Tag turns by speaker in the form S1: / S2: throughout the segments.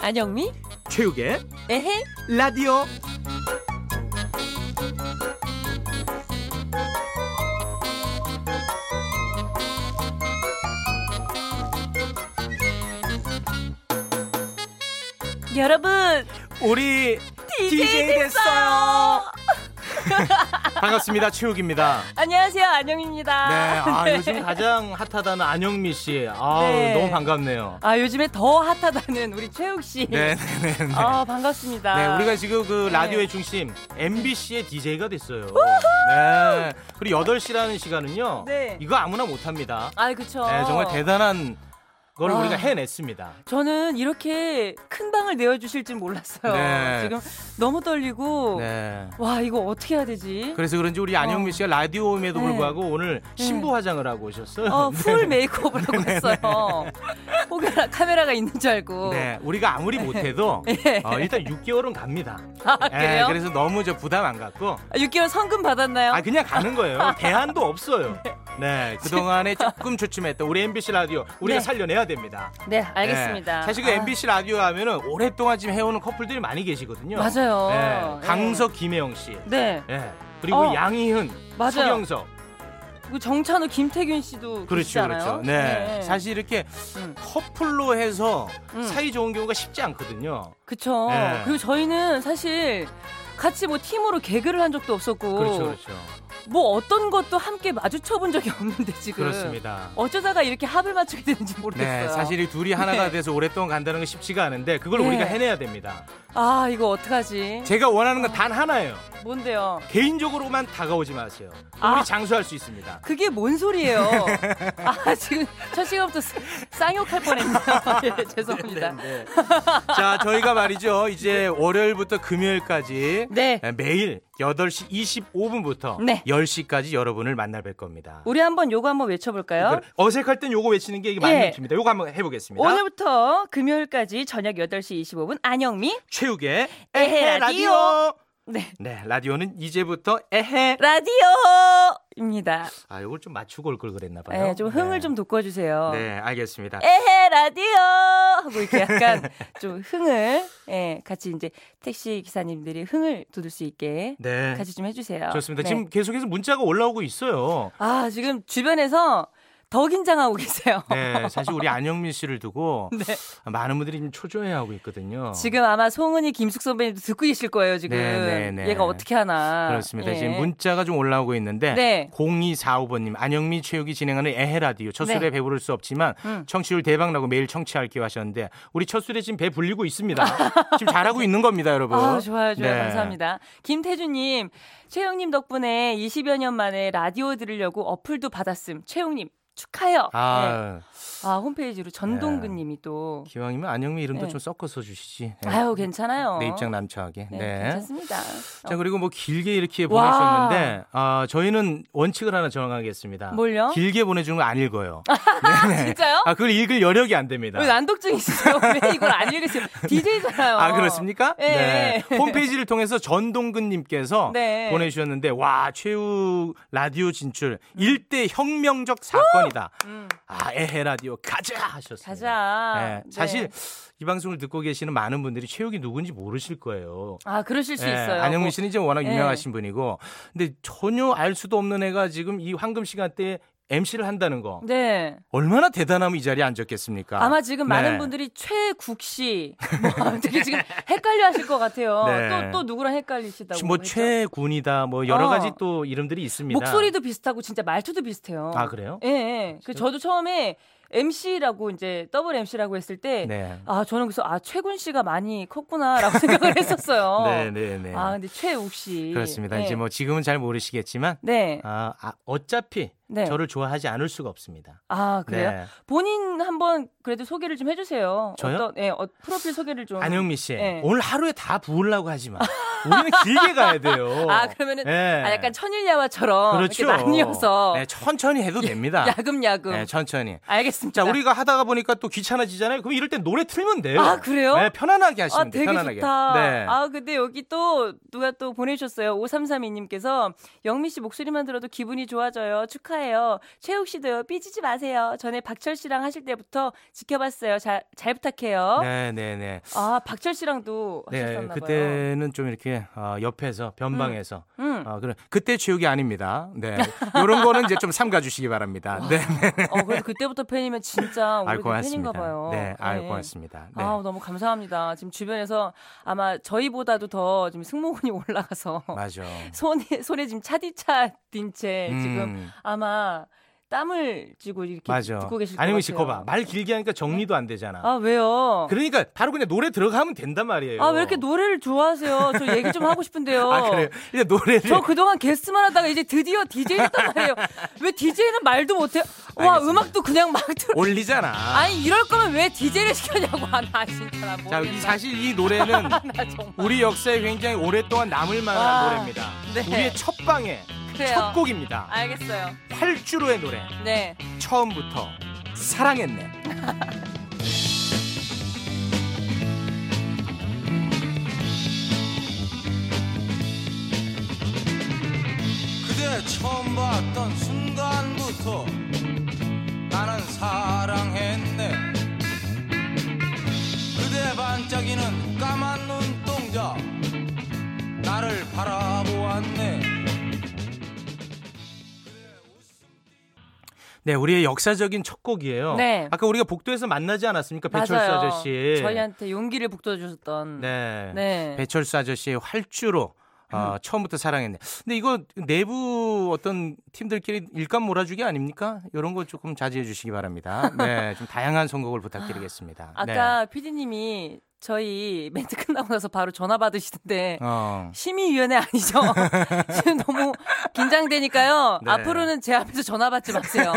S1: 안영미?
S2: 체육의
S1: 에헤이.
S2: 라디오
S1: 여러분,
S2: 우리
S1: DJ
S2: DJ 됐어요. 반갑습니다. 체육입니다.
S1: 안녕하세요. 안영입니다.
S2: 네, 아 요즘 가장 핫하다는 안영미 씨. 아
S1: 네.
S2: 너무 반갑네요.
S1: 아, 요즘에 더 핫하다는 우리 최욱 씨.
S2: 네, 네, 네. 네.
S1: 아, 반갑습니다.
S2: 네, 우리가 지금 그
S1: 네.
S2: 라디오의 중심 MBC의 DJ가 됐어요. 네. 그리고 8시라는 시간은요.
S1: 네.
S2: 이거 아무나 못 합니다.
S1: 아, 그쵸.
S2: 네, 정말 대단한 걸
S1: 와.
S2: 우리가 해냈습니다.
S1: 저는 이렇게 큰 방을 내어주실 줄 몰랐어요.
S2: 네.
S1: 지금 너무 떨리고.
S2: 네.
S1: 와, 이거 어떻게 해야 되지?
S2: 그래서 그런지 우리 안영미 씨가 라디오임에도
S1: 네.
S2: 불구하고 오늘 신부 화장을 하고 오셨어요. 네.
S1: 어, 풀 메이크업을 하고 있어요. 혹여나 카메라가 있는 줄 알고.
S2: 네, 우리가 아무리 못해도 어, 일단 6개월은 갑니다.
S1: 예. 아, 그래요?
S2: 예, 그래서 너무 저 부담 안 갖고
S1: 아, 6개월 성금 받았나요?
S2: 아 그냥 가는 거예요. 대안도 없어요. 네, 그 동안에 조금 주춤했던 우리 MBC 라디오 우리가
S1: 네.
S2: 살려내야 됩니다.
S1: 네, 알겠습니다.
S2: 네, 사실 그
S1: 아,
S2: MBC 라디오 하면은 오랫동안 지금 해오는 커플들이 많이 계시거든요.
S1: 맞아요.
S2: 네, 강석 김혜영 씨,
S1: 네.
S2: 네, 그리고
S1: 어.
S2: 양희은,
S1: 맞아요.
S2: 서경석,
S1: 그 정찬우, 김태균 씨도
S2: 그렇죠,
S1: 계시잖아요.
S2: 그렇죠. 네. 사실 이렇게
S1: 음.
S2: 커플로 해서
S1: 음.
S2: 사이 좋은 경우가 쉽지 않거든요.
S1: 그쵸.
S2: 네.
S1: 그리고 저희는 사실 같이 뭐 팀으로 개그를 한 적도 없었고,
S2: 그렇죠, 그렇죠.
S1: 뭐 어떤 것도 함께 마주쳐 본 적이 없는데 지금.
S2: 그렇습니다.
S1: 어쩌다가 이렇게 합을 맞추게 되는지 모르겠어요.
S2: 네, 사실 이 둘이 하나가
S1: 네.
S2: 돼서 오랫동안 간다는 건 쉽지가 않은데 그걸
S1: 네.
S2: 우리가 해내야 됩니다.
S1: 아 이거 어떡하지?
S2: 제가 원하는 건 단 하나예요.
S1: 뭔데요?
S2: 개인적으로만 다가오지 마세요. 우리
S1: 아.
S2: 장수할 수 있습니다.
S1: 그게 뭔 소리예요? 아 지금 첫 시간부터 쌍- 쌍욕할 뻔했네요. 예, 죄송합니다.
S2: 네, 네. 자, 저희가 말이죠. 이제 월요일부터 금요일까지
S1: 네.
S2: 매일 8시 25분부터
S1: 네.
S2: 10시까지 여러분을 만나 뵐 겁니다. 그러니까
S1: 우리 한번 요거 한번
S2: 네.
S1: 외쳐볼까요?
S2: 어색할 땐 요거 외치는 게 이게 많이
S1: 예.
S2: 맥힙니다. 요거 한번 해보겠습니다.
S1: 오늘부터 금요일까지 저녁 8시 25분 안영미
S2: 최욱의
S1: 에헤
S2: 에헤
S1: 라디오.
S2: 라디오.
S1: 네
S2: 네, 라디오는 이제부터 에헤.
S1: 라디오입니다.
S2: 아, 요걸 좀 맞추고 올 걸 그랬나 봐요.
S1: 네, 좀 흥을
S2: 네.
S1: 좀 돋궈주세요.
S2: 네, 알겠습니다.
S1: 에헤 라디오 하고 이렇게 약간 좀 흥을 예, 같이 이제 택시 기사님들이 흥을 돋을 수 있게
S2: 네.
S1: 같이 좀 해주세요.
S2: 좋습니다.
S1: 네.
S2: 지금 계속해서 문자가 올라오고 있어요.
S1: 아 지금 주변에서 더 긴장하고 계세요.
S2: 네, 사실 우리 안영민 씨를 두고 많은 분들이 지금 초조해하고 있거든요.
S1: 네. 지금 아마 송은이 김숙 선배님도 듣고 계실 거예요. 지금
S2: 네, 네, 네.
S1: 얘가 어떻게 하나.
S2: 그렇습니다.
S1: 예.
S2: 지금 문자가 좀 올라오고 있는데
S1: 네.
S2: 0245번님 안영미 체육이 진행하는 에헤 라디오 첫 술에
S1: 네.
S2: 배부를 수 없지만
S1: 음.
S2: 청취율 대박 나고 매일 청취할게요 하셨는데 우리 첫 술에 지금 배 불리고 있습니다. 지금 잘하고 있는 겁니다, 여러분.
S1: 아, 좋아요, 좋아요.
S2: 네.
S1: 감사합니다. 김태주님, 최영님 덕분에 20여 년 만에 라디오 들으려고 어플도 받았음. 최영님, 축하해요. 네.
S2: 아,
S1: 아, 홈페이지로 전동근님이 또.
S2: 기왕이면 안영미 이름도
S1: 네.
S2: 좀 섞어서 주시지. 네.
S1: 아유, 괜찮아요.
S2: 내 입장 남차하게.
S1: 네,
S2: 네.
S1: 괜찮습니다. 어,
S2: 자 그리고 뭐 길게 이렇게
S1: 와.
S2: 보내주셨는데 아 저희는 원칙을 하나 정하겠습니다.
S1: 뭘요?
S2: 길게 보내주는 거 안 읽어요.
S1: 어, 진짜요?
S2: 아 그걸 읽을 여력이 안 됩니다.
S1: 왜 난독증 있어요? 왜 이걸 안 읽으세요? DJ잖아요.
S2: 아 그렇습니까?
S1: 예.
S2: 네. 홈페이지를 통해서 전동근님께서
S1: 네.
S2: 보내주셨는데 와 최후 라디오 진출 일대 혁명적 사건이다. 아 에헤 라디오 가자
S1: 음.
S2: 하셨습니다.
S1: 가자.
S2: 네. 사실 이 방송을 듣고 계시는 많은 분들이 최욱이 누군지 모르실 거예요.
S1: 아, 그러실 수
S2: 예,
S1: 있어요.
S2: 안영민 씨는 이제 워낙
S1: 예.
S2: 유명하신 분이고, 근데 전혀 알 수도 없는 애가 지금 이 황금 시간대에 MC를 한다는 거
S1: 네.
S2: 얼마나 대단하면 이 자리에 앉았겠습니까?
S1: 아마 지금 많은
S2: 네.
S1: 분들이 최국 씨, 뭐, 되게 지금 헷갈려 하실 것 같아요.
S2: 네.
S1: 또, 또 누구랑 헷갈리시다고.
S2: 뭐
S1: 했죠?
S2: 최군이다, 뭐 여러
S1: 어.
S2: 가지 또 이름들이 있습니다.
S1: 목소리도 비슷하고 진짜 말투도 비슷해요.
S2: 아 그래요?
S1: 예, 예. 그 저도 처음에 MC라고 이제 더블 MC라고 했을 때,
S2: 네.
S1: 아, 저는 그래서 아, 최군 씨가 많이 컸구나라고 생각을 했었어요.
S2: 네, 네, 네.
S1: 아, 근데 최욱 씨.
S2: 그렇습니다.
S1: 네.
S2: 이제 뭐 지금은 잘 모르시겠지만,
S1: 네.
S2: 아, 아, 어차피
S1: 네.
S2: 저를 좋아하지 않을 수가 없습니다.
S1: 아, 그래요?
S2: 네.
S1: 본인 한번 그래도 소개를 좀 해주세요.
S2: 저요?
S1: 어떤, 예, 어, 프로필 소개를 좀.
S2: 안영미 씨,
S1: 네.
S2: 오늘 하루에 다 부으려고 하지 마. 우리는 길게 가야 돼요.
S1: 아, 그러면은
S2: 예.
S1: 아, 약간 천일야화처럼
S2: 그렇죠.
S1: 어, 이렇게 나뉘어서
S2: 네, 천천히 해도 됩니다.
S1: 야금야금.
S2: 네, 천천히.
S1: 알겠습니다.
S2: 자, 우리가 하다가 보니까 또 귀찮아지잖아요. 그럼 이럴 때 노래 틀면 돼요.
S1: 아, 그래요?
S2: 네, 편안하게 하시면
S1: 아,
S2: 돼요.
S1: 되게
S2: 편안하게.
S1: 좋다.
S2: 네.
S1: 아, 근데 여기 또 누가 또 보내주셨어요. 5332님께서 영미 씨 목소리만 들어도 기분이 좋아져요. 축하해요. 최욱 씨도요. 삐지지 마세요. 전에 박철 씨랑 하실 때부터 지켜봤어요. 잘, 잘 부탁해요.
S2: 네, 네, 네.
S1: 아, 박철 씨랑도
S2: 네,
S1: 하셨었나 어? 봐요.
S2: 그때는 좀 이렇게 어, 옆에서 변방에서
S1: 음.
S2: 어, 그래. 그때 지옥이 아닙니다. 네. 요런 거는 이제 좀 삼가 주시기 바랍니다. 네.
S1: 어, 그래도 그때부터 팬이면 진짜
S2: 아,
S1: 우리 그 팬인가
S2: 고맙습니다.
S1: 봐요. 예.
S2: 네, 아, 고맙습니다. 네.
S1: 아우, 너무 감사합니다. 지금 주변에서 아마 저희보다도 더 지금 승모근이 올라가서
S2: 맞아.
S1: 손에 손에 지금 차디차딘 채 지금
S2: 음,
S1: 아마 땀을 쥐고 이렇게
S2: 맞아.
S1: 듣고 계실 것
S2: 아니면
S1: 같아요.
S2: 시커봐. 말 길게 하니까 정리도 안 되잖아.
S1: 아 왜요?
S2: 그러니까 바로 그냥 노래 들어가면 된단 말이에요.
S1: 아 왜 이렇게 노래를 좋아하세요? 저 얘기 좀 하고 싶은데요.
S2: 아, 그래요. 네. 이제 노래를
S1: 어. 저 그동안 게스트만 하다가 이제 드디어 DJ 했단 말이에요. 왜 DJ는 말도 못해요? 와,
S2: 알겠습니다.
S1: 음악도 그냥 막 들어.
S2: 올리잖아.
S1: 아니, 이럴 거면 왜 DJ를 시켰냐고. 아, 나 진짜 나
S2: 자,
S1: 모르겠네.
S2: 이 사실 이 노래는
S1: 나 정말.
S2: 우리 역사에 굉장히 오랫동안 남을 만한
S1: 아,
S2: 노래입니다.
S1: 네.
S2: 우리의 첫 방에
S1: 그래요. 아.
S2: 첫 곡입니다.
S1: 알겠어요.
S2: 활주로의 노래.
S1: 네.
S2: 처음부터 사랑했네.
S3: 그대 처음 봤던 순간부터 나는 사랑했네 그대 반짝이는 까만 눈동자 나를 바라보았네
S2: 네, 우리의 역사적인 첫 곡이에요.
S1: 네.
S2: 아까 우리가 복도에서 만나지 않았습니까? 배철수
S1: 맞아요.
S2: 저씨
S1: 저희한테 용기를 북돋아주셨던.
S2: 네.
S1: 네.
S2: 배철수 아저씨의 활주로. 어, 처음부터 사랑했네. 근데 이거 내부 어떤 팀들끼리 일감 몰아주기 아닙니까? 이런 거 조금 자제해 주시기 바랍니다. 네, 좀 다양한 선곡을 부탁드리겠습니다. 네.
S1: 아까 PD님이 저희 멘트 끝나고 나서 바로 전화 받으시던데
S2: 네. 어.
S1: 심의위원회 아니죠? 지금 너무 긴장되니까요.
S2: 네.
S1: 앞으로는 제 앞에서 전화 받지 마세요.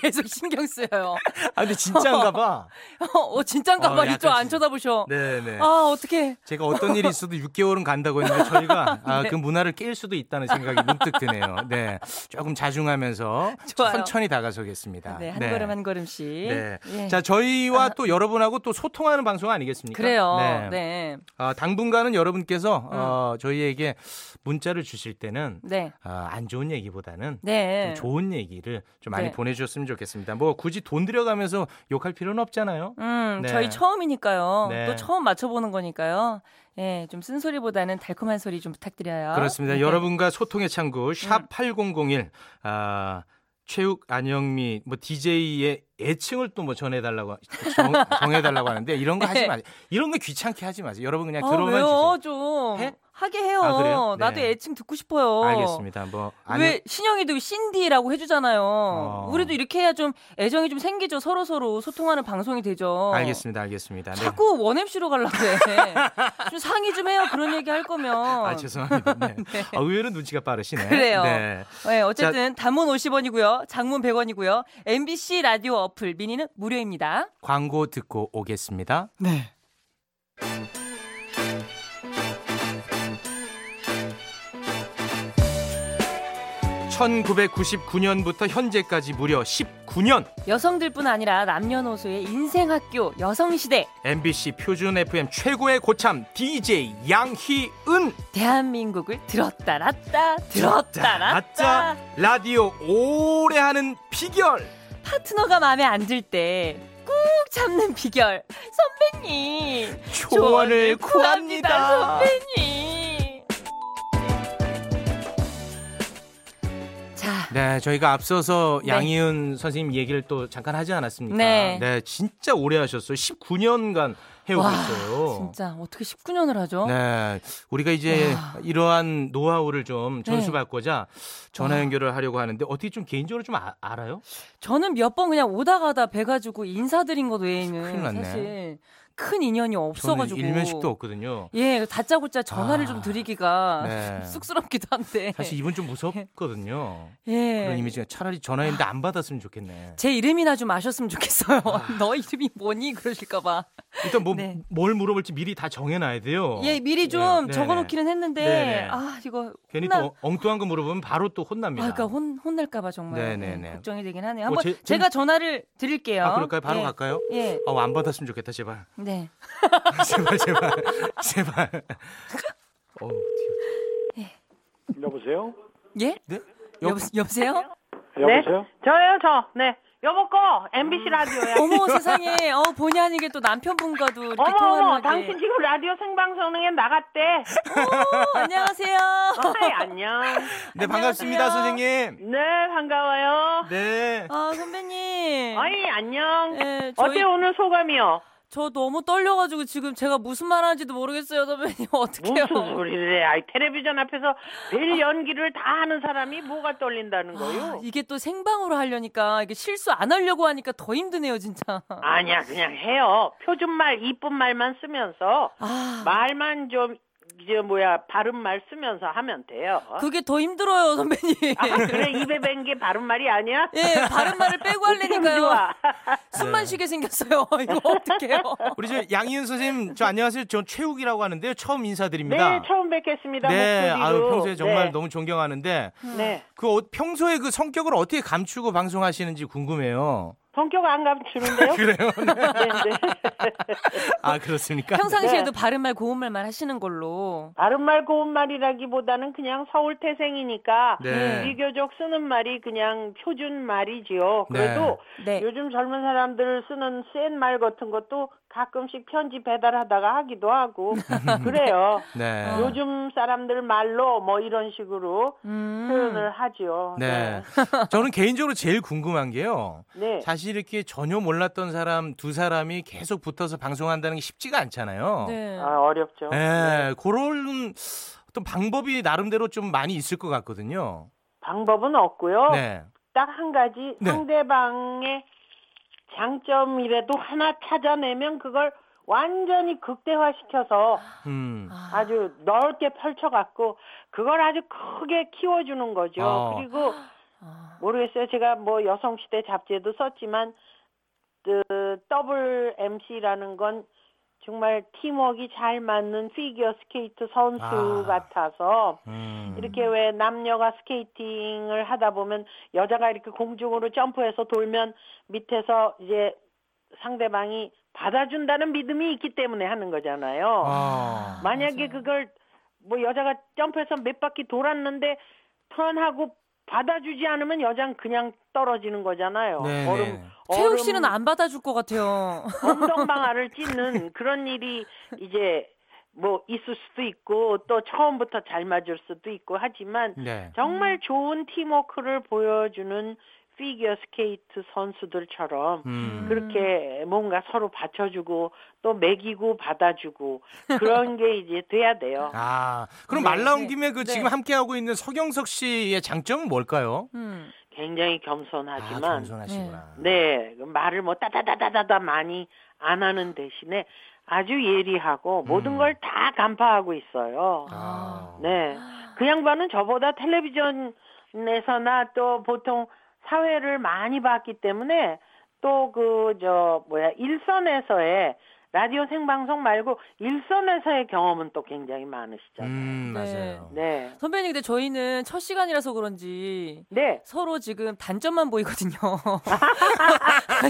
S1: 계속 신경 쓰여요.
S2: 아, 근데 진짜인가 봐.
S1: 어, 진짠가
S2: 어,
S1: 봐.
S2: 약간
S1: 이쪽 안
S2: 진-
S1: 쳐다보셔.
S2: 네, 네.
S1: 아, 어떡해.
S2: 제가 어떤 일이 있어도 6개월은 간다고 했는데 저희가 아,
S1: 네.
S2: 그 문화를 깰 수도 있다는 생각이 문득 드네요. 네. 조금 자중하면서
S1: 좋아요.
S2: 천천히 다가서겠습니다.
S1: 네, 한 걸음 한 걸음씩.
S2: 아, 네.
S1: 예.
S2: 자, 저희와 또 여러분하고 또 소통하는 방송 아니겠습니까?
S1: 그래요.
S2: 네.
S1: 네. 네.
S2: 아, 당분간은 여러분께서
S1: 음.
S2: 어, 저희에게 문자를 주실 때는
S1: 네.
S2: 아, 안 좋은 얘기보다는 좀
S1: 네.
S2: 좋은 얘기를 좀 많이
S1: 네.
S2: 보내주셨으면 좋겠습니다. 뭐 굳이 돈 들여가면서 욕할 필요는 없잖아요.
S1: 음,
S2: 네.
S1: 저희 처음이니까요.
S2: 네.
S1: 또 처음 맞춰보는 거니까요. 예, 좀 쓴소리보다는 달콤한 소리 좀 부탁드려요.
S2: 그렇습니다.
S1: 네. 음.
S2: 여러분과 소통의 창구 샵 8001. 아, 최욱 안영미 뭐 DJ의 애칭을 또 뭐 전해 달라고 정해 달라고 하는데 이런 거
S1: 네.
S2: 하지 마세요. 이런 거 귀찮게 하지 마세요. 여러분 그냥
S1: 아,
S2: 들어만
S1: 왜요?
S2: 주세요.
S1: 좀
S2: 해?
S1: 하게 해요.
S2: 아, 그래요? 네.
S1: 나도 애칭 듣고 싶어요.
S2: 알겠습니다. 뭐 아니- 어.
S1: 왜 신영이도 신디라고 해주잖아요. 우리도 이렇게 해야 좀 애정이 좀 생기죠. 서로 서로 소통하는 방송이 되죠.
S2: 알겠습니다. 알겠습니다. 네.
S1: 자꾸 원앱씨로 가려고 해. 좀 상의 좀 해요. 그런 얘기 할 거면.
S2: 아 죄송합니다. 네. 아, 의외로 눈치가 빠르시네.
S1: 그래요.
S2: 네.
S1: 네, 어쨌든 단문 50원이고요. 장문 100원이고요. MBC 라디오 어플 미니는 무료입니다.
S2: 광고 듣고 오겠습니다.
S1: 네.
S2: (1999년부터) 현재까지 무려 (19년)
S1: 여성들뿐 아니라 남녀노소의 인생학교 여성시대.
S2: MBC 표준 FM 최고의 고참 DJ 양희은
S1: 대한민국을 들었다 놨다 들었다 놨다
S2: 라디오 오래 하는 비결
S1: 파트너가 마음에 안 들 때 꾹 참는 비결 선배님
S2: 조언을 구합니다.
S1: 선배님 자
S2: 네, 저희가 앞서서
S1: 네.
S2: 양희은 선생님 얘기를 또 잠깐 하지 않았습니까?
S1: 네.
S2: 진짜 오래 하셨어요. 19년간 해오고
S1: 와,
S2: 있어요.
S1: 진짜 어떻게 19년을 하죠
S2: 네, 우리가 이제
S1: 와. 네.
S2: 이러한 노하우를 좀 전수받고자 전화
S1: 와.
S2: 연결을 하려고 하는데 어떻게 좀 개인적으로 좀 아- 알아요?
S1: 저는 몇 번 그냥 오다 가다 배 가지고 인사드린 것
S2: 큰일
S1: 외에는
S2: 났네.
S1: 사실 큰 인연이 없어가지고.
S2: 저는 일면식도 없거든요.
S1: 예, 다짜고짜 전화를
S2: 아,
S1: 좀 드리기가
S2: 네.
S1: 쑥스럽기도 한데.
S2: 사실 이분 좀 무섭거든요.
S1: 예.
S2: 그런 이미지가 차라리 전화했는데 안 받았으면 좋겠네.
S1: 제 이름이나 좀 아셨으면 좋겠어요. 너 이름이 뭐니? 그러실까봐.
S2: 일단 뭐,
S1: 네.
S2: 뭘 물어볼지 미리 다 정해놔야 돼요.
S1: 예, 미리 좀
S2: 네, 네,
S1: 적어놓기는 했는데,
S2: 네, 네.
S1: 아, 이거.
S2: 괜히
S1: 혼나-
S2: 또 엉뚱한 거 물어보면 바로 또
S1: 아,
S2: 혼납니다.
S1: 그러니까 혼, 혼날까봐 정말
S2: 네, 네,
S1: 음,
S2: 네.
S1: 걱정이 되긴 하네요.
S2: 어,
S1: 한번
S2: 제-
S1: 제, 가 전화를 드릴게요.
S2: 아, 그럴까요? 바로
S1: 예.
S2: 갈까요?
S1: 예.
S2: 아우, 어, 안 받았으면 좋겠다, 제발.
S1: 네.
S2: 제발, 제발. 제발. 어우, 어떡해.
S4: 여보세요?
S1: 예?
S2: 네?
S1: 여, 여보세요?
S4: 여보세요?
S5: 네? 저예요, 저. 네. 여보 거 MBC
S1: 아.
S5: 라디오야.
S1: 어머 세상에 어 본의 아니게 또 남편분과도 이렇게
S5: 어머 어머,
S1: 통화하는
S5: 당신 지금 라디오 생방송에 나갔대.
S1: 어, 안녕하세요.
S5: 어이, 안녕.
S2: 네, 반갑습니다, 선생님.
S5: 네, 반가워요.
S2: 네.
S1: 아 선배님.
S5: 어이, 안녕.
S1: 예, 저희-
S5: 어때 오늘 소감이요?
S1: 저 너무 떨려가지고 지금 제가 무슨 말하는지도 모르겠어요 선배님 어떡해요. 어.
S5: 무슨 소리를 해? 아이, 텔레비전 앞에서 별 연기를 다 하는 사람이 뭐가 떨린다는
S1: 아,
S5: 거요?
S1: 이게 또 생방으로 하려니까 이게 실수 안 하려고 하니까 더 힘드네요 진짜.
S5: 아니야, 그냥 해요. 표준말, 이쁜 말만 쓰면서
S1: 아
S5: 말만 좀 이제 뭐야 바른말 쓰면서 하면 돼요.
S1: 그게 더 힘들어요 선배님.
S5: 아, 그래 입에 뱉은 게 바른 말이 아니야?
S1: 예 바른 말을 빼고
S5: 지금
S1: 하려니까요
S5: 좋아.
S1: 숨만 쉬게 생겼어요. 이거 어떡해요.
S2: 우리 저 양희은 선생님, 저 안녕하세요. 저 최욱이라고 하는데요. 처음 인사드립니다.
S5: 네, 처음 뵙겠습니다.
S2: 네,
S5: 목소리로.
S2: 아유, 평소에 정말
S5: 네.
S2: 너무 존경하는데,
S5: 네.
S2: 그 어- 평소에 그 성격을 어떻게 감추고 방송하시는지 궁금해요.
S5: 성격 안 감추는데요?
S2: 그래요?
S5: 네, 네.
S2: 아, 그렇습니까?
S1: 평상시에도 바른 말 고운 말만 하시는 걸로.
S5: 바른 말 고운 말이라기보다는 그냥 서울 태생이니까
S2: 네.
S5: 비교적 쓰는 말이 그냥 표준 말이지요.
S2: 네.
S5: 그래도
S1: 네.
S5: 요즘 젊은 사람들 쓰는 센 말 같은 것도 가끔씩 편지 배달하다가 하기도 하고 그래요.
S2: 네.
S5: 아, 요즘 사람들 말로 뭐 이런 식으로
S1: 음,
S5: 표현을 하지요.
S2: 음. 네. 저는 개인적으로 제일 궁금한 게요.
S5: 네.
S2: 사실 이렇게 전혀 몰랐던 사람 두 사람이 계속 붙어서 방송한다는 게 쉽지가 않잖아요.
S1: 네.
S5: 아, 어렵죠. 네.
S2: 예, 그런 어떤 방법이 나름대로 좀 많이 있을 것 같거든요.
S5: 방법은 없고요.
S2: 네.
S5: 딱 한 가지
S2: 네.
S5: 상대방의 장점이라도 하나 찾아내면 그걸 완전히 극대화시켜서
S2: 음.
S5: 아주 넓게 펼쳐갖고 그걸 아주 크게 키워주는 거죠.
S2: 어.
S5: 그리고
S1: 아.
S5: 모르겠어요. 제가 뭐 여성시대 잡지에도 썼지만 그 더블 MC라는 건 정말 팀워크가 잘 맞는 피겨 스케이트 선수
S2: 아.
S5: 같아서
S2: 음.
S5: 이렇게 왜 남녀가 스케이팅을 하다 보면 여자가 이렇게 공중으로 점프해서 돌면 밑에서 이제 상대방이 받아준다는 믿음이 있기 때문에 하는 거잖아요.
S2: 아.
S5: 만약에 그걸 뭐 여자가 점프해서 몇 바퀴 돌았는데 턴하고 받아주지 않으면 여자는 그냥 떨어지는 거잖아요.
S2: 네네.
S5: 얼음,
S1: 최욱
S5: 얼음
S1: 씨는 안 받아줄 것 같아요.
S5: 엉덩방아를 찢는 그런 일이 이제 뭐 있을 수도 있고 또 처음부터 잘 맞을 수도 있고 하지만
S2: 네.
S5: 정말 좋은 팀워크를 보여주는 피겨 스케이트 선수들처럼
S2: 음.
S5: 그렇죠. 그렇게 뭔가 서로 받쳐주고 또 먹이고 받아주고 그런 게 이제 돼야 돼요.
S2: 아, 그럼
S1: 네,
S2: 말 나온
S1: 네,
S2: 김에 그
S1: 네.
S2: 지금 함께 하고 있는 서경석 씨의 장점은 뭘까요?
S1: 음.
S5: 굉장히
S2: 아,
S5: 겸손하지만
S2: 겸손하시구나.
S5: 네 말을 뭐 따다다다다다 많이 안 하는 대신에 아주 예리하고 모든 걸 다 간파하고 있어요.
S2: 아.
S5: 네. 그 양반은 저보다 텔레비전에서나 또 보통 사회를 많이 봤기 때문에 또 그 저 뭐야 일선에서의 라디오 생방송 말고 일선에서의 경험은 또 굉장히 많으시잖아요.
S2: 음,
S1: 네.
S2: 맞아요.
S5: 네.
S1: 선배님 근데 저희는 첫 시간이라서 그런지
S5: 네.
S1: 서로 지금 단점만 보이거든요.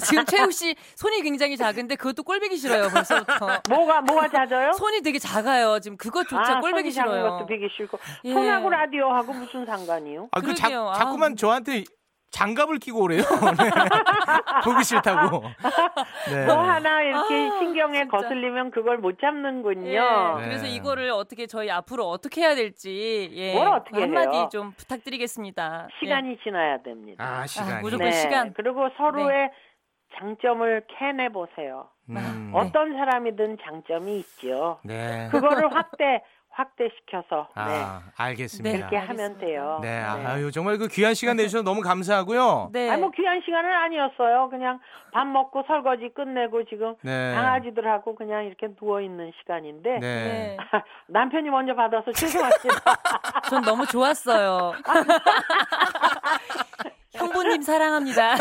S1: 지금 최욱 씨 손이 굉장히 작은데 그것도 꼴보기 싫어요 벌써부터.
S5: 뭐가 뭐가 잦아요?
S1: 손이 되게 작아요. 지금 그것조차
S5: 아,
S1: 꼴보기
S5: 손이 작은
S1: 싫어요.
S5: 것도 되기 싫고
S1: 예.
S5: 손하고 라디오하고 무슨 상관이요?
S2: 아, 그 자,
S1: 그러게요. 아.
S2: 자꾸만 저한테 장갑을 끼고 오래요. 네. 보기 싫다고. 네.
S5: 뭐 하나 이렇게
S1: 아,
S5: 신경에
S1: 진짜.
S5: 거슬리면 그걸
S1: 예,
S5: 못 잡는군요.
S1: 그래서
S2: 네.
S1: 이거를 어떻게 저희 앞으로 어떻게 해야 될지 예.
S5: 뭘 어떻게
S1: 한마디
S5: 해요?
S1: 좀 부탁드리겠습니다. 예.
S5: 시간이 지나야 됩니다.
S2: 아, 시간이.
S1: 무조건 네. 시간.
S5: 그리고 서로의 장점을 캐내 보세요.
S2: 음.
S5: 어떤 사람이든 장점이 있죠.
S2: 네.
S5: 그거를 확대
S6: 확대시켜서 네.
S2: 아, 알겠습니다.
S6: 그렇게
S2: 네,
S6: 하면 돼요.
S5: 네.
S2: 아유 예. 정말 그 귀한 시간 내주셔서 너무 감사하고요.
S1: 네.
S6: 아니 뭐 귀한 시간은 아니었어요. 그냥 밥 먹고 설거지 끝내고 지금
S2: 네.
S6: 강아지들하고 그냥 이렇게 누워 있는 시간인데
S2: 네.
S1: 네.
S6: 남편이 먼저 받아서 죄송합니다.
S1: 전 너무 좋았어요. 형부님 사랑합니다.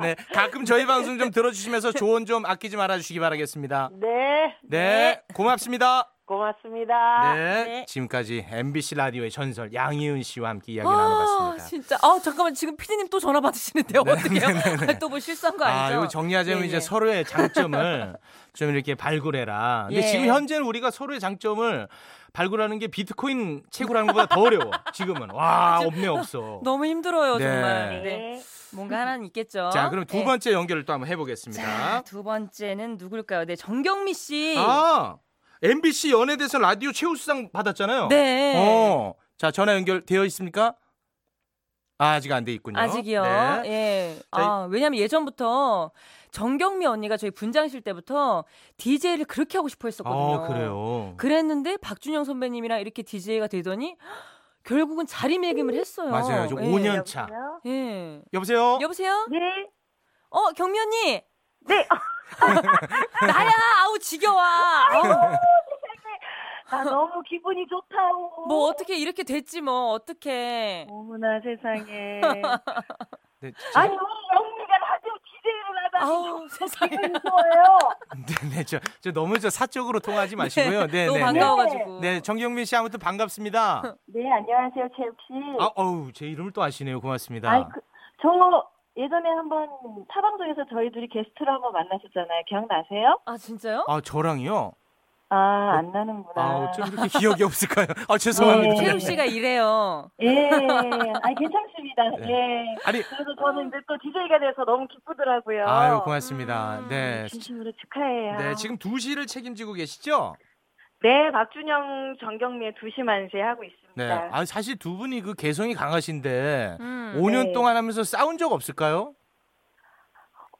S2: 네, 가끔 저희 방송 좀 들어주시면서 조언 좀 아끼지 말아주시기 바라겠습니다.
S6: 네,
S2: 네, 고맙습니다.
S5: 아,
S6: 고맙습니다.
S2: 네,
S1: 네.
S2: 지금까지 MBC 라디오의 전설 양희은 씨와 함께 이야기
S1: 아,
S2: 나눠봤습니다.
S1: 진짜. 아, 잠깐만 지금 피디님 또 전화
S2: 네,
S1: 받으시는데요. 어떡해요? 또 뭐 실수한 거
S2: 아,
S1: 아니죠?
S2: 이거 정리하자면
S1: 예,
S2: 이제
S1: 예.
S2: 서로의 장점을 좀 이렇게 발굴해라. 근데
S1: 예.
S2: 지금 현재는 우리가 서로의 장점을 발굴하는 게 비트코인 채굴하는 것보다 더 어려워. 지금은 와 없네 없어.
S1: 너무 힘들어요,
S2: 네.
S1: 정말. 네.
S6: 네.
S1: 뭔가 하나는 있겠죠.
S2: 자, 그럼 두
S1: 네.
S2: 번째 연결을 또 한번
S1: 자,
S2: 해보겠습니다.
S1: 두 번째는 누굴까요? 네, 정경미 씨.
S2: 아, MBC 연예대상 라디오 최우수상 받았잖아요.
S1: 네.
S2: 어, 자 전화 연결되어 있습니까? 아, 아직 안 돼 있군요.
S1: 아직이요.
S2: 네.
S1: 예.
S2: 저희-
S1: 아, 왜냐면 예전부터 정경미 언니가 저희 분장실 때부터 DJ를 그렇게 하고 싶어 했었거든요.
S2: 어, 그래요.
S1: 그랬는데 박준영 선배님이랑 이렇게 DJ가 되더니 결국은 자리매김을 했어요.
S2: 맞아요. 저
S1: 예.
S2: 5년 차.
S1: 예.
S2: 여보세요.
S1: 여보세요?
S6: 네,
S1: 어, 경미 언니.
S6: 네.
S1: 나야. 아우 지겨워. 어, 아우,
S6: 나 너무 기분이 좋다오.
S1: 뭐 어떻게 이렇게 됐지 뭐. 어떻게.
S6: 어머나 세상에.
S2: 네,
S6: 아니 우리 영미가 라디오 DJ를 하다니
S1: 아우, 세상에.
S6: 기분이 좋아요.
S2: 네, 네, 저, 저 너무 저 사적으로 통하지 마시고요. 네,
S1: 너무
S2: 네,
S1: 반가워 가지고.
S2: 네, 정경민 씨 아무튼 반갑습니다.
S6: 네 안녕하세요 체육 씨.
S2: 아, 어우, 제 이름을 또 아시네요. 고맙습니다.
S5: 아이, 그, 저 예전에 한번 타방송에서 저희 둘이 게스트로 한번 만나셨잖아요. 기억나세요?
S1: 아, 진짜요?
S2: 아, 저랑요?
S5: 아, 안 나는구나.
S2: 어. 아, 어쩜 이렇게 기억이 없을까요? 아, 죄송합니다.
S1: 채우 네. 씨가 이래요.
S5: 예, 아니, 괜찮습니다.
S2: 네.
S5: 예.
S2: 아니,
S5: 그래서 저는 이제 또 DJ가 돼서 너무 기쁘더라고요.
S2: 아유, 고맙습니다. 네.
S5: 진심으로 축하해요.
S2: 네, 지금 2시를 책임지고 계시죠?
S5: 네, 박준영, 정경미의 두시 만세 하고 있습니다.
S2: 네. 아, 사실 두 분이 그 개성이 강하신데
S1: 음.
S2: 5년
S5: 네.
S2: 동안 하면서 싸운 적 없을까요?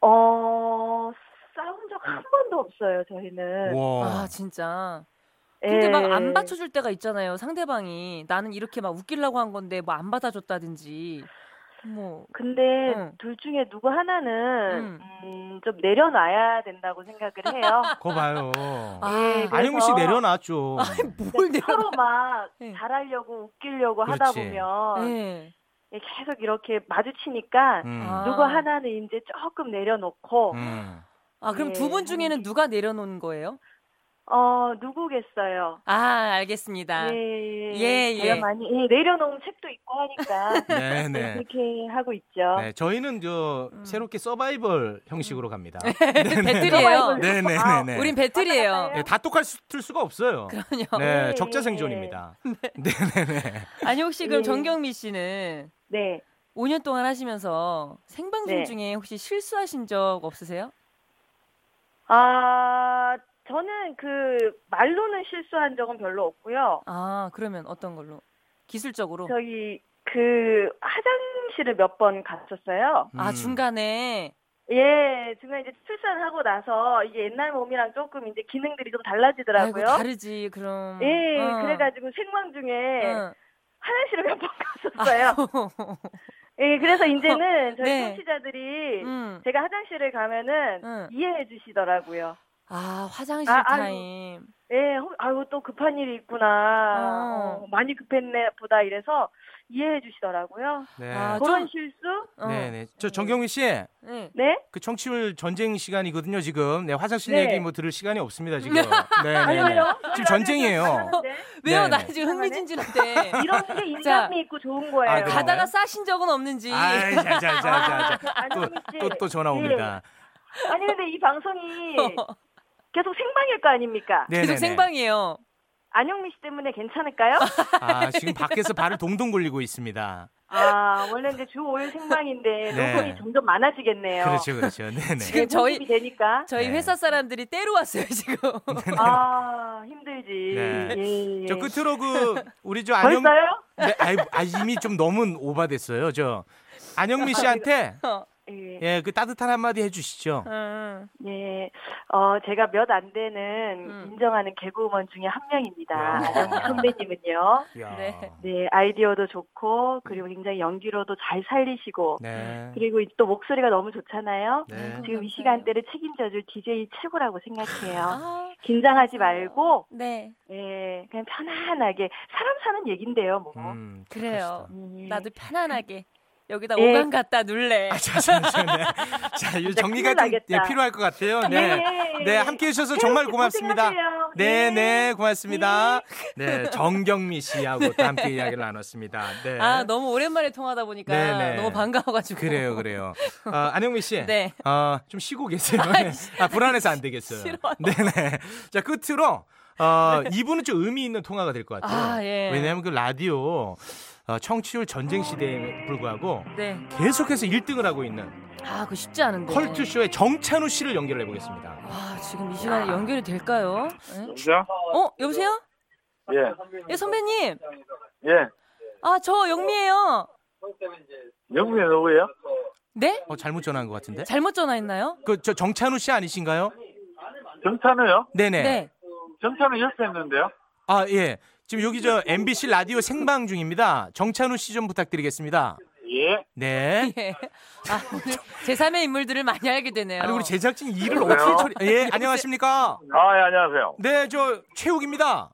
S5: 어, 싸운 적 한 번도 없어요, 저희는.
S2: 와.
S1: 아, 진짜. 근데
S5: 예.
S1: 막 안 받쳐줄 때가 있잖아요. 상대방이 나는 이렇게 막 웃기려고 한 건데 뭐 안 받아줬다든지 뭐
S5: 근데
S1: 응.
S5: 둘 중에 누구 하나는
S1: 음.
S5: 음, 좀 내려놔야 된다고 생각을 해요.
S2: 그거 봐요.
S1: 아,
S5: 예, 그래서
S2: 안영미 씨 내려놔 좀.
S1: 뭘 내가
S5: 서로 막
S1: 예.
S5: 잘하려고 웃기려고 하다
S2: 그렇지.
S5: 보면
S1: 네.
S5: 예, 계속 이렇게 마주치니까
S2: 음.
S1: 아.
S5: 누구 하나는 이제 조금 내려놓고
S2: 음.
S1: 아 그럼 두
S5: 예.
S1: 분 중에는 누가 내려놓은 거예요?
S5: 어 누구겠어요?
S1: 아 알겠습니다.
S5: 예,
S1: 예,
S5: 제가
S1: 예.
S5: 많이 예, 내려놓은 책도 있고 하니까
S2: 네, 네.
S5: 그렇게 하고 있죠.
S2: 네, 저희는 저
S1: 그러니까. 음.
S2: 새롭게 서바이벌 형식으로 갑니다.
S1: 그 배틀이에요.
S2: 네, 네, 네, 네.
S1: 아, 우린 배틀이에요.
S2: 네, 다 똑같을 수가 없어요.
S1: 그럼요.
S2: 네,
S5: 네.
S2: 적자 생존입니다. 네, 네, 네.
S1: 아니 혹시 그럼
S5: 예.
S1: 정경미 씨는
S5: 네.
S1: 5년 동안 하시면서 생방송
S5: 네.
S1: 중에 혹시 실수하신 적 없으세요?
S5: 아 저는 그 말로는 실수한 적은 별로 없고요.
S1: 아 그러면 어떤 걸로? 기술적으로?
S5: 저희 그 화장실을 몇 번 갔었어요.
S1: 아
S2: 음.
S1: 중간에
S5: 예, 중간 이제 출산하고 나서 이게 옛날 몸이랑 조금 이제 기능들이 좀
S1: 아이고
S5: 달라지더라고요.
S1: 다르지 그럼.
S5: 예,
S1: 어.
S5: 그래가지고 생방 중에
S1: 응.
S5: 화장실을 몇 번 갔었어요. 예, 그래서 이제는 저희
S1: 네.
S5: 청취자들이
S1: 음. 어.
S5: 제가 화장실을 가면은
S1: 응.
S5: 이해해 주시더라고요.
S1: 아 화장실
S5: 아, 아유.
S1: 타임.
S5: 예, 호- 아유 또 급한 일이 있구나.
S1: 어.
S5: 어, 많이 급했네 보다 이래서 이해해 주시더라고요.
S2: 네.
S1: 아,
S5: 그런
S1: 좀-
S5: 실수?
S1: 어.
S2: 네, 네. 저 정경민 씨,
S1: 네.
S5: 네.
S2: 그 청취율 전쟁 시간이거든요, 지금. 네, 화장실
S5: 네.
S2: 얘기 뭐 들을 시간이 없습니다, 지금. 네,
S1: 아,
S2: 네, 네.
S5: 아니요.
S2: 지금 전쟁이에요.
S5: 네.
S1: 왜요?
S2: 네,
S1: 나
S2: 네.
S1: 지금 흥미진진한데.
S5: 이런 게 인간미 있고 좋은 거예요.
S2: 아, 그래요?
S1: 가다가 싸신 적은 없는지.
S5: 예.
S2: 아이, 예. 자, 자, 자, 자, 자.
S5: 아니,
S2: 또,
S1: 네.
S5: 혹시-
S2: 또, 또 전화 옵니다.
S5: 예. 아니 근데 이 방송이
S1: 어.
S5: 계속 생방일 거 아닙니까?
S2: 네,
S1: 계속
S2: 네, 네.
S1: 생방이에요.
S5: 안영미 씨 때문에 괜찮을까요?
S2: 아, 지금 밖에서 발을 동동 굴리고 있습니다.
S5: 아 원래 이제 주 5일 생방인데
S2: 네.
S5: 녹음이 점점 많아지겠네요.
S2: 그렇죠, 그렇죠. 네, 네.
S1: 지금 저희-
S5: 녹음이 되니까
S1: 저희
S2: 네.
S1: 회사 사람들이 때로 왔어요 지금.
S5: 아 힘들지.
S2: 네.
S5: 예, 예.
S2: 저 끝으로 그 우리 저 안영
S5: 벌써요?
S2: 네, 아이, 아, 이미 좀 너무 오바됐어요. 저 안영미 씨한테
S1: 어.
S5: 예.
S7: 예.
S2: 예, 그 따뜻한 한마디 해주시죠.
S1: 음.
S7: 예, 어, 제가 몇 안 되는
S1: 음.
S7: 인정하는 개그우먼 중에 한 명입니다.
S2: 야.
S7: 아정희 선배님은요.
S2: 이야.
S1: 네.
S7: 네, 아이디어도 좋고, 그리고 굉장히 연기로도 잘 살리시고,
S2: 네.
S7: 그리고 또 목소리가 너무 좋잖아요.
S2: 네.
S7: 지금 이
S1: 감사해요.
S7: 시간대를 책임져줄 DJ 최고라고 생각해요.
S1: 아,
S7: 긴장하지 말고,
S1: 네.
S2: 아.
S7: 예, 그냥 편안하게, 사람 사는 얘긴데요, 뭐.
S2: 음,
S1: 그래요.
S2: 착하시다.
S7: 예.
S1: 나도 편안하게 여기다
S7: 예.
S1: 오감 갖다 눌래.
S2: 아, 자, 자, 자, 네. 자, 이 정리가
S7: 큰일
S2: 좀
S7: 나겠다.
S2: 예, 필요할 것 같아요. 네.
S7: 예,
S2: 네,
S7: 예.
S2: 함께 해주셔서 정말
S7: 태연 씨
S2: 고맙습니다.
S7: 고생하세요.
S2: 네,
S7: 예.
S2: 네, 고맙습니다. 네, 정경미 씨하고 또 함께 이야기를 나눴습니다. 네.
S1: 아 너무 오랜만에 통하다 보니까
S2: 네, 네.
S1: 너무 반가워가지고.
S2: 그래요, 그래요. 어, 안영미 씨.
S1: 네.
S2: 어, 좀 쉬고 계세요. 아, 불안해서 안 되겠어요.
S1: 싫어요.
S2: 네네. 자, 끝으로, 어, 이분은 좀 의미 있는 통화가 될 것 같아요.
S1: 아, 예.
S2: 왜냐하면 그 라디오, 어, 청취율 전쟁 시대에 불구하고
S1: 네.
S2: 계속해서 1등을 하고 있는
S1: 아 그거 쉽지 않은데.
S2: 컬투쇼의 정찬우 씨를 연결해 보겠습니다.
S1: 아 지금 이 시간에 연결이 될까요? 예?
S4: 여보세요?
S1: 어 여보세요?
S4: 예.
S1: 예 선배님.
S4: 예.
S1: 아 저 영미예요.
S4: 영미 누구예요?
S1: 네?
S2: 어, 잘못 전화한 것 같은데?
S1: 잘못 전화했나요?
S2: 그, 저 정찬우 씨 아니신가요?
S4: 정찬우요?
S2: 네네.
S4: 정찬우 옆에있는데요
S2: 아, 예. 지금 여기 저 MBC 라디오 생방 중입니다. 정찬우 씨 좀 부탁드리겠습니다.
S4: 예.
S2: 네.
S1: 예. 아 오늘 제3의 인물들을 많이 알게 되네요.
S2: 아니 우리 제작진 일을
S4: 여보세요?
S2: 어떻게 처리? 예, 안녕하십니까?
S4: 아, 예, 안녕하세요.
S2: 네, 저 최욱입니다.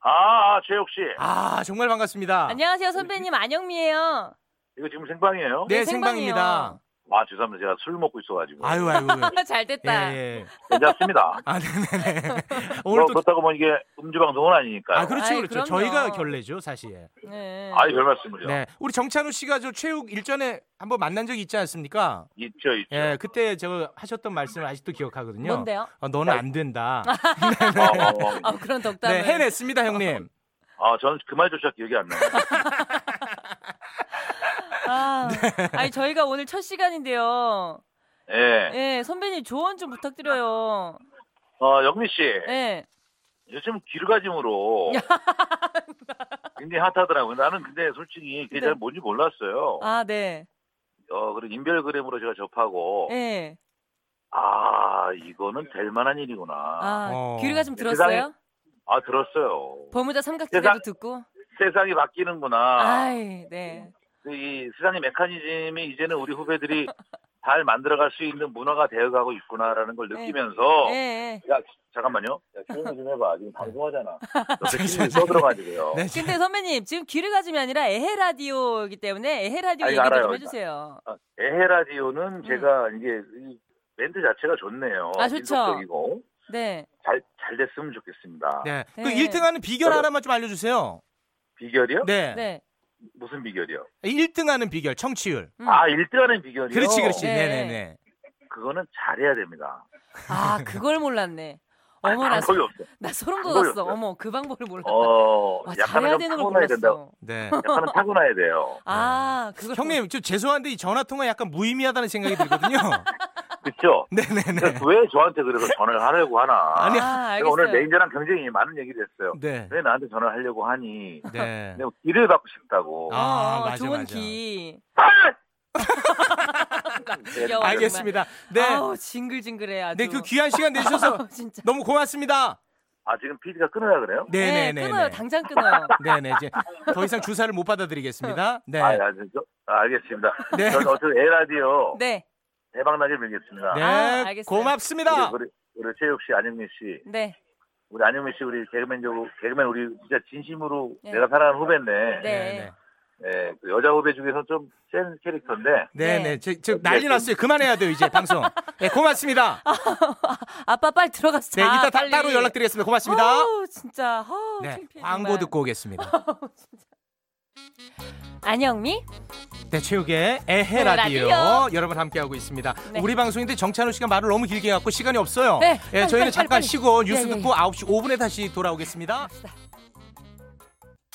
S4: 아, 아, 최욱 씨.
S2: 아, 정말 반갑습니다.
S1: 안녕하세요 선배님 안영미예요.
S4: 이거 지금 생방이에요?
S2: 네,
S1: 네,
S2: 생방입니다.
S1: 생방이요.
S4: 아, 죄송합니다. 제가 술 먹고 있어가지고.
S2: 아유, 아유.
S1: 잘
S2: 예,
S1: 됐다.
S2: 예.
S4: 괜찮습니다.
S2: 아, 네, 네, 네.
S4: 뭐,
S2: 오늘 또
S4: 그렇다고 뭐 이게 음주방송은 아니니까요.
S2: 아, 그렇죠,
S1: 아이,
S2: 그렇죠.
S1: 그럼요.
S2: 저희가 결례죠, 사실.
S1: 네.
S4: 아이, 예. 별 말씀을요.
S2: 네, 우리 정찬우 씨가 저 최욱 일전에 한번 만난 적이 있지 않습니까?
S4: 있죠, 있죠.
S2: 예, 그때 저 하셨던 말씀을 아직도 기억하거든요.
S1: 뭔데요?
S2: 어, 너는 안 된다.
S4: 어, 어, 어.
S1: 아 그런 덕담을.
S2: 네, 해냈습니다, 형님.
S4: 아, 저는 그 말조차 기억이 안 나요.
S1: 아,
S2: 네.
S1: 아니 저희가 오늘 첫 시간인데요.
S4: 예.
S1: 예, 선배님 조언 좀 부탁드려요.
S4: 어, 영미 씨.
S1: 예.
S4: 요즘 길가짐으로 굉장히 핫하더라고요. 나는 근데 솔직히 그게
S1: 네.
S4: 잘 뭔지 몰랐어요.
S1: 아, 네.
S4: 어, 그리고 인별그램으로 제가 접하고
S1: 예.
S4: 아 이거는 될 만한 일이구나. 아,
S1: 아,
S2: 어.
S1: 귀리가 좀
S4: 세상에-
S1: 들었어요?
S4: 들었어요.
S1: 버무다 삼각지대도
S4: 세상-
S1: 듣고.
S4: 세상이 바뀌는구나. 그
S1: 아이, 네.
S4: 이 세상의 메커니즘이 이제는 우리 후배들이 잘 만들어갈 수 있는 문화가 되어가고 있구나라는 걸 느끼면서
S1: 예, 예.
S4: 야 잠깐만요. 야 조용히 좀 해봐. 지금 방송하잖아. 옆에 팀이 떠들어가지고요.
S2: 네.
S1: 근데 선배님, 지금 귀리가즘이 아니라 에헤라디오이기 때문에 에헤라디오
S4: 아,
S1: 얘기도
S4: 이거
S1: 좀
S4: 알아요.
S1: 해주세요.
S4: 아, 에헤라디오는 제가 이제 이 멘트 자체가 좋네요.
S1: 음. 아, 좋죠.
S4: 인속적이고
S1: 네.
S4: 잘, 잘 됐으면 좋겠습니다.
S2: 네. 그
S1: 네.
S2: 1등하는 비결 하나만 좀 알려주세요.
S4: 비결이요?
S2: 네.
S1: 네.
S4: 무슨 비결이요?
S2: 1등하는 비결 청취율.
S1: 음.
S4: 아, 1등하는 비결이요?
S2: 그렇지, 그렇지.
S1: 네.
S2: 네, 네, 네.
S4: 그거는 잘해야 됩니다.
S1: 아, 그걸 몰랐네.
S4: 아,
S1: 어머나,
S4: 방법이 없어.
S1: 나 소름
S4: 방법이
S1: 돋았어.
S4: 없어요.
S1: 어머, 그 방법을 몰랐다.
S4: 어,
S1: 와, 잘해야
S4: 약간은 좀
S1: 되는 걸
S4: 타고나야 된다.
S1: 몰랐어.
S2: 네.
S4: 약간은 타고나야 돼요.
S1: 아, 그걸
S2: 음. 형님, 저 죄송한데 이 전화 통화 약간 무의미하다는 생각이 들거든요.
S4: 그렇죠?
S2: 네, 네, 네.
S4: 그러니까 왜 저한테 그래서 전화를 하려고 하나?
S2: 아니,
S1: 아,
S4: 제가
S1: 알겠어요.
S4: 오늘 매니저랑 굉장히 많은 얘기를 했어요.
S2: 네.
S4: 왜 나한테 전화를 하려고 하니?
S2: 네.
S4: 내가 길을 받고 싶다고.
S1: 어,
S2: 아, 맞아,
S1: 좋은
S2: 맞아.
S1: 기.
S4: 네,
S1: 정말.
S2: 알겠습니다. 네.
S1: 아우 징글징글해 아주.
S2: 네, 그 귀한 시간 내주셔서
S1: 아우, 진짜.
S2: 너무 고맙습니다.
S4: 아, 지금 PD가 끊어야 그래요?
S2: 네, 네, 네.
S1: 끊어요.
S2: 네.
S1: 당장 끊어요.
S2: 네, 네. 이제 더 이상 주사를 못 받아드리겠습니다. 네.
S4: 아, 아, 저, 아, 알겠습니다.
S2: 네.
S4: 저는 어쨌든 에라디오
S1: 네,
S4: 대박나게 밀겠습니다.
S2: 네.
S1: 아, 알겠어요.
S2: 고맙습니다.
S4: 우리, 우리, 우리 최욱 씨, 안영민 씨,
S1: 네,
S4: 우리 안영민 씨, 우리 개그맨 저 개그맨 우리 진짜 진심으로
S1: 네.
S4: 내가 사랑하는 후배인데,
S1: 네.
S4: 예, 그 여자 후배 중에서 좀 센 캐릭터인데,
S2: 네,
S1: 네.
S2: 네. 저, 저 난리 났어요. 그만해야 돼요, 이제 방송. 네, 고맙습니다.
S1: 아빠 빨리 들어가서 자.
S2: 네, 이따 다,
S1: 아, 빨리.
S2: 따로 연락드리겠습니다. 고맙습니다.
S1: 아우 진짜. 아우,
S2: 네,
S1: 창피해,
S2: 광고
S1: 정말.
S2: 듣고 오겠습니다.
S1: 안영미.
S2: 네, 최욱의 에헤
S1: 네,
S2: 라디오.
S1: 라디오.
S2: 여러분 함께하고 있습니다.
S1: 네.
S2: 우리 방송인데 정찬우 씨가 말을 너무 길게 해갖고 시간이 없어요.
S1: 네,
S2: 예,
S1: 빨리,
S2: 저희는
S1: 빨리,
S2: 잠깐
S1: 빨리, 빨리.
S2: 쉬고 뉴스
S1: 예, 예,
S2: 듣고 9시 5분에 다시 돌아오겠습니다.
S1: 갑시다.